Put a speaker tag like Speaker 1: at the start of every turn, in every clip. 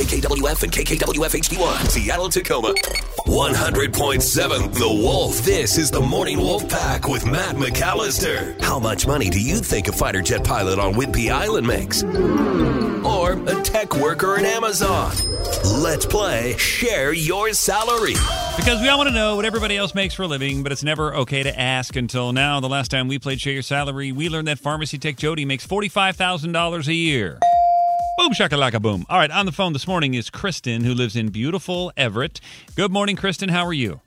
Speaker 1: KKWF and KKWF HD1, Seattle, Tacoma. 100.7 The Wolf. This is the Morning Wolf Pack with Matt McAllister. How much money do you think a fighter jet pilot on Whidbey Island makes? Or a tech worker at Amazon? Let's play Share Your Salary.
Speaker 2: Because we all want to know what everybody else makes for a living, but it's never okay to ask until now. The last time we played Share Your Salary, we learned that pharmacy tech Jody makes $45,000 a year. Boom, shakalaka boom. All right, on the phone this morning is Kristen, who lives in beautiful Everett. Good morning, Kristen. How are you?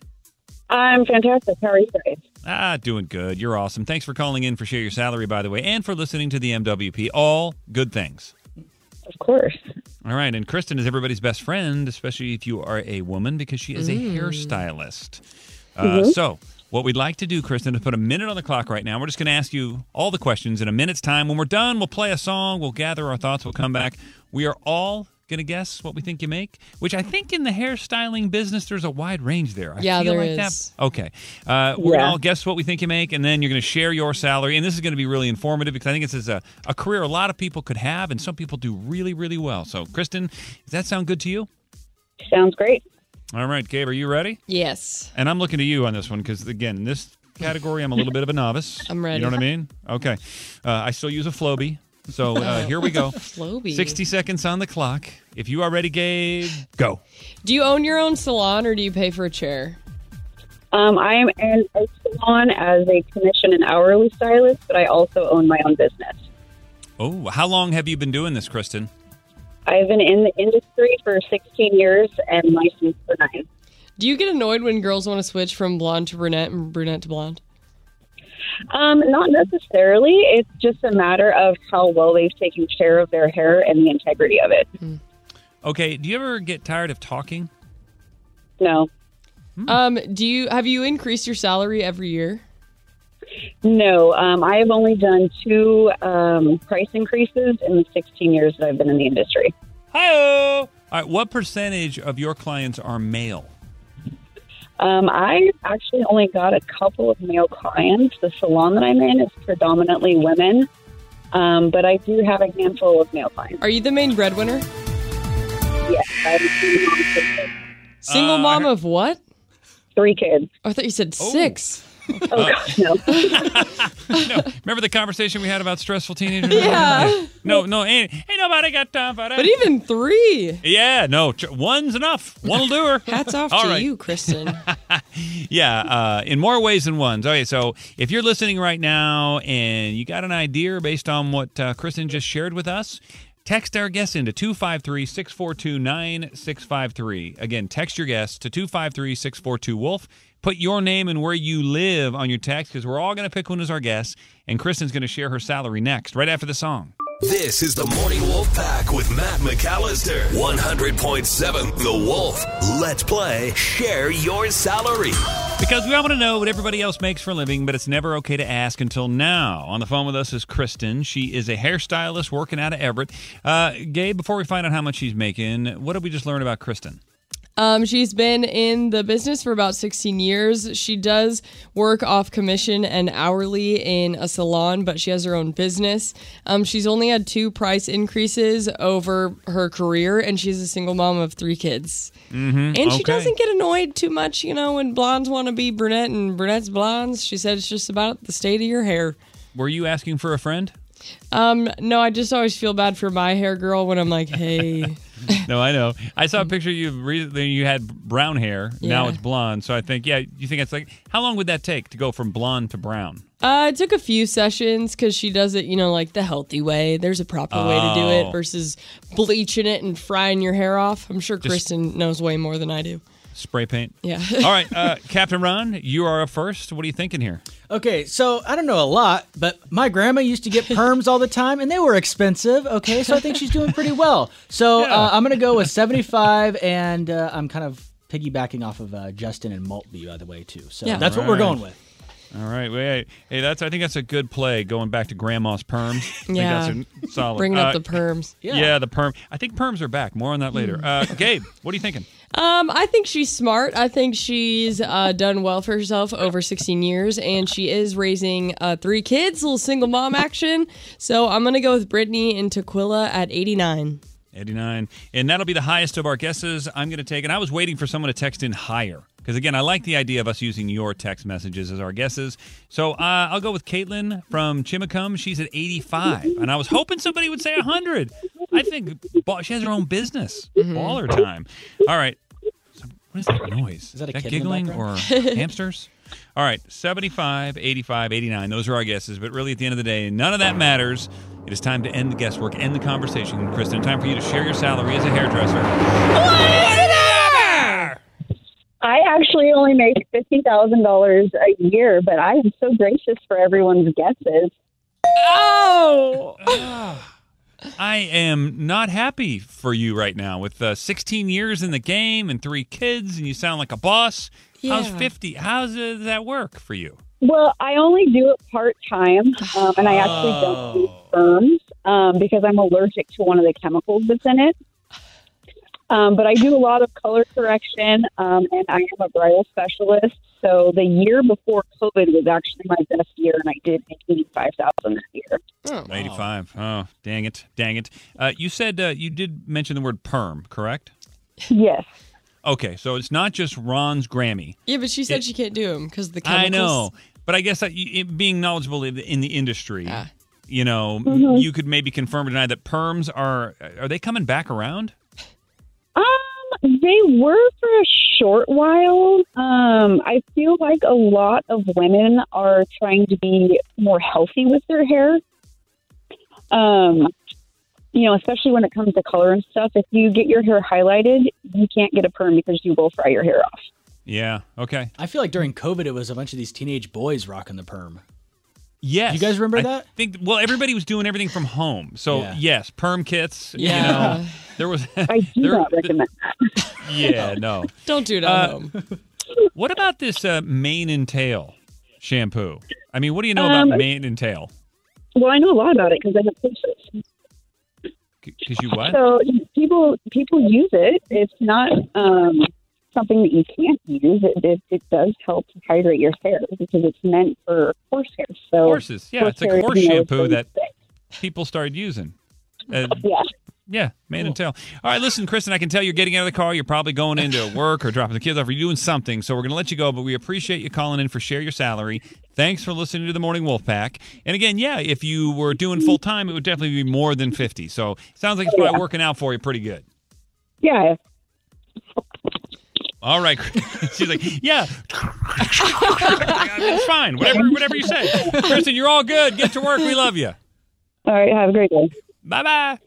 Speaker 3: I'm fantastic. How are you guys?
Speaker 2: Ah, doing good. You're awesome. Thanks for calling in for Share Your Salary, by the way, and for listening to the MWP. All good things.
Speaker 3: Of course.
Speaker 2: All right, and Kristen is everybody's best friend, especially if you are a woman, because she is
Speaker 4: Mm.
Speaker 2: a hairstylist. Uh,
Speaker 4: Mm-hmm.
Speaker 2: So, what we'd like to do, Kristen, is put a minute on the clock right now. We're just going to ask you all the questions in a minute's time. When we're done, we'll play a song, we'll gather our thoughts, we'll come back. We are all going to guess what we think you make, which I think in the hairstyling business, there's a wide range there. I
Speaker 4: Yeah,
Speaker 2: feel
Speaker 4: there
Speaker 2: like
Speaker 4: is.
Speaker 2: That. Okay. Uh, we're going to
Speaker 3: Yeah.
Speaker 2: all guess what we think you make, and then you're going to share your salary. And this is going to be really informative because I think this is a, a career a lot of people could have, and some people do really, really well. So, Kristen, does that sound good to you?
Speaker 3: Sounds great.
Speaker 2: All right, Gabe, are you ready?
Speaker 4: Yes.
Speaker 2: And I'm looking to you on this one because, again, in this category, I'm a little bit of a novice.
Speaker 4: I'm
Speaker 2: You
Speaker 4: ready.
Speaker 2: know what I mean? Okay. Uh, I still use a Floby. So uh, here we go.
Speaker 4: Floby.
Speaker 2: 60 seconds on the clock. If you are ready, Gabe, go.
Speaker 4: Do you own your own salon or do you pay for a chair?
Speaker 3: Um, I am in a salon as a commission and hourly stylist, but I also own my own business.
Speaker 2: Oh, how long have you been doing this, Kristen?
Speaker 3: I've been in the industry for 16 years and licensed for nine.
Speaker 4: Do you get annoyed when girls want to switch from blonde to brunette and brunette to blonde?
Speaker 3: Um, not necessarily. It's just a matter of how well they've taken care of their hair and the integrity of it.
Speaker 2: Okay, do you ever get tired of talking?
Speaker 3: No,
Speaker 2: Hmm.
Speaker 4: Um, do you have you increased your salary every year?
Speaker 3: no. Um, I have only done two um, price increases in the 16 years that I've been in the industry.
Speaker 2: Hi. All right, what percentage of your clients are male?
Speaker 3: Um, I actually only got a couple of male clients. The salon that I'm in is predominantly women, um, but I do have a handful of male clients.
Speaker 4: Are you the main breadwinner?
Speaker 3: Yes, I have
Speaker 4: Single
Speaker 2: Uh, I
Speaker 4: mom
Speaker 2: heard-
Speaker 4: of what?
Speaker 3: three kids.
Speaker 4: Oh, I thought you said six.
Speaker 3: Oh gosh, no.
Speaker 2: No, remember the conversation we had about stressful teenagers?
Speaker 4: Yeah.
Speaker 2: No, no, ain't, ain't nobody got time for that.
Speaker 4: But even three.
Speaker 2: yeah, no, tr- one's enough. One'll do her.
Speaker 4: Hats off
Speaker 2: All
Speaker 4: to
Speaker 2: right.
Speaker 4: you, Kristen.
Speaker 2: Yeah, uh, in more ways than ones. Okay, so if you're listening right now and you got an idea based on what uh, Kristen just shared with us, text our guess into 253 642 9653. Again, text your guess to 253 642 Wolf. Put your name and where you live on your text because we're all going to pick one as our guess, and Kristen's going to share her salary next, right after the song.
Speaker 1: This is the Morning Wolf Pack with Matt McAllister. 100.7 The Wolf. Let's play Share Your Salary.
Speaker 2: Because we all want to know what everybody else makes for a living, but it's never okay to ask until now. On the phone with us is Kristen. She is a hairstylist working out of Everett. Uh, Gabe, before we find out how much she's making, what did we just learn about Kristen?
Speaker 4: Um, she's been in the business for about 16 years. She does work off commission and hourly in a salon, but she has her own business. Um, she's only had two price increases over her career, and she's a single mom of three kids. Mm-hmm, and
Speaker 2: okay.
Speaker 4: she doesn't get annoyed too much, you know, when blondes want to be brunette and brunettes blondes. She said it's just about the state of your hair.
Speaker 2: Were you asking for a friend?
Speaker 4: Um, no, I just always feel bad for my hair girl when I'm like, hey.
Speaker 2: No, I know. I saw a picture of you recently. You had brown hair. Now
Speaker 4: Yeah.
Speaker 2: it's blonde. So I think, yeah, you think it's like, how long would that take to go from blonde to brown?
Speaker 4: Uh, it took a few sessions because she does it, you know, like the healthy way. There's a proper way to do
Speaker 2: Oh.
Speaker 4: it versus bleaching it and frying your hair off. I'm sure Kristen knows way more than I do.
Speaker 2: Spray paint.
Speaker 4: Yeah.
Speaker 2: all right, uh, Captain Ron, you are up first. What are you thinking here?
Speaker 5: Okay, so I don't know a lot, but my grandma used to get perms all the time, and they were expensive. Okay, so I think she's doing pretty well. So uh, I'm gonna go with 75, and uh, I'm kind of piggybacking off of uh, Justin and Maltby, by the way, too. So
Speaker 4: Yeah.
Speaker 5: that's what we're
Speaker 2: Right.
Speaker 5: going with.
Speaker 2: All right, wait. Hey, that's. I think that's a good play. Going back to Grandma's perms. I think
Speaker 4: Yeah.
Speaker 2: that's a solid.
Speaker 4: Bringing up
Speaker 2: Uh,
Speaker 4: the perms.
Speaker 2: Yeah.
Speaker 5: Yeah.
Speaker 2: the perm. I think perms are back. More on that
Speaker 4: Hmm.
Speaker 2: later. Uh, Gabe, what are you thinking?
Speaker 4: Um, I think she's smart. I think she's uh, done well for herself over 16 years, and she is raising uh, three kids, little single mom action. So I'm going to go with Brittany and Tequila at 89.
Speaker 2: 89. And that'll be the highest of our guesses I'm going to take. And I was waiting for someone to text in higher. Because again, I like the idea of us using your text messages as our guesses. So uh, I'll go with Caitlin from Chimacum. She's at 85. And I was hoping somebody would say 100. I think ba- she has her own business.
Speaker 4: Mm-hmm.
Speaker 2: Baller time. All right. What is that noise?
Speaker 5: Is that a kid in the
Speaker 2: giggling or hamsters? All right, 75, 85, 89. Those are our guesses. But really, at the end of the day, none of that matters. It is time to end the guesswork, end the conversation. Kristen, time for you to share your salary as a hairdresser.
Speaker 3: I actually only make fifty thousand dollars a year, but I am so gracious for everyone's guesses.
Speaker 4: Oh!
Speaker 2: I am not happy for you right now with uh, 16 years in the game and three kids, and you sound like a boss. How's
Speaker 4: Yeah.
Speaker 2: 50? How does that work for you?
Speaker 3: Well, I only do it part time, um, and I actually don't do firms um, because I'm allergic to one of the chemicals that's in it. Um, but I do a lot of color correction, um, and I am a bridal specialist. So the year before COVID was actually my best year, and I did make eighty five thousand that year.
Speaker 4: Oh.
Speaker 2: 85. Oh, dang it. Dang it. Uh, you said uh, you did mention the word perm, correct?
Speaker 3: Yes.
Speaker 2: Okay, so it's not just Ron's Grammy.
Speaker 4: Yeah, but she said she can't do them because the chemicals.
Speaker 2: I know, but I guess that you, it, being knowledgeable in the, in the industry,
Speaker 4: Ah.
Speaker 2: you know,
Speaker 3: Mm-hmm.
Speaker 2: you could maybe confirm or deny that perms are are they coming back around?
Speaker 3: Um, they were for a short while. Um, I feel like a lot of women are trying to be more healthy with their hair. Um, you know, especially when it comes to color and stuff. If you get your hair highlighted, you can't get a perm because you will fry your hair off.
Speaker 2: Yeah. Okay.
Speaker 5: I feel like during COVID, it was a bunch of these teenage boys rocking the perm.
Speaker 2: Yes.
Speaker 5: You guys remember
Speaker 2: I
Speaker 5: that?
Speaker 2: Think well, everybody was doing everything from home, so
Speaker 5: Yeah.
Speaker 2: yes, perm kits.
Speaker 5: Yeah.
Speaker 2: You know, there was.
Speaker 3: I do
Speaker 2: there-
Speaker 3: not recommend that.
Speaker 2: yeah. No.
Speaker 4: Don't do it at
Speaker 2: Uh,
Speaker 4: home.
Speaker 2: What about this uh, mane and tail shampoo? I mean, what do you know
Speaker 3: Um,
Speaker 2: about mane and tail?
Speaker 3: Well, I know a lot about it because I have pictures.
Speaker 2: Because you what?
Speaker 3: So people people use it. It's not um, something that you can't use. It, it, it does help to hydrate your hair because it's meant for horse hair. So
Speaker 2: Horses. Yeah, it's like
Speaker 3: hair is
Speaker 2: horse
Speaker 3: known
Speaker 2: shampoo
Speaker 3: for
Speaker 2: that
Speaker 3: thick.
Speaker 2: people started using. Uh,
Speaker 3: Yeah.
Speaker 2: Yeah, man and tail. All right, listen, Kristen, I can tell you're getting out of the car. You're probably going into work or dropping the kids off or you're doing something. So we're going to let you go, but we appreciate you calling in for Share Your Salary. Thanks for listening to the Morning Wolf Pack. And again, yeah, if you were doing full time, it would definitely be more than 50. So sounds like it's probably working out for you pretty good.
Speaker 3: Yeah.
Speaker 2: All right. She's like, yeah. it's fine. Whatever, whatever you say. Kristen, you're all good. Get to work. We love you.
Speaker 3: All right. Have a great day.
Speaker 2: Bye bye.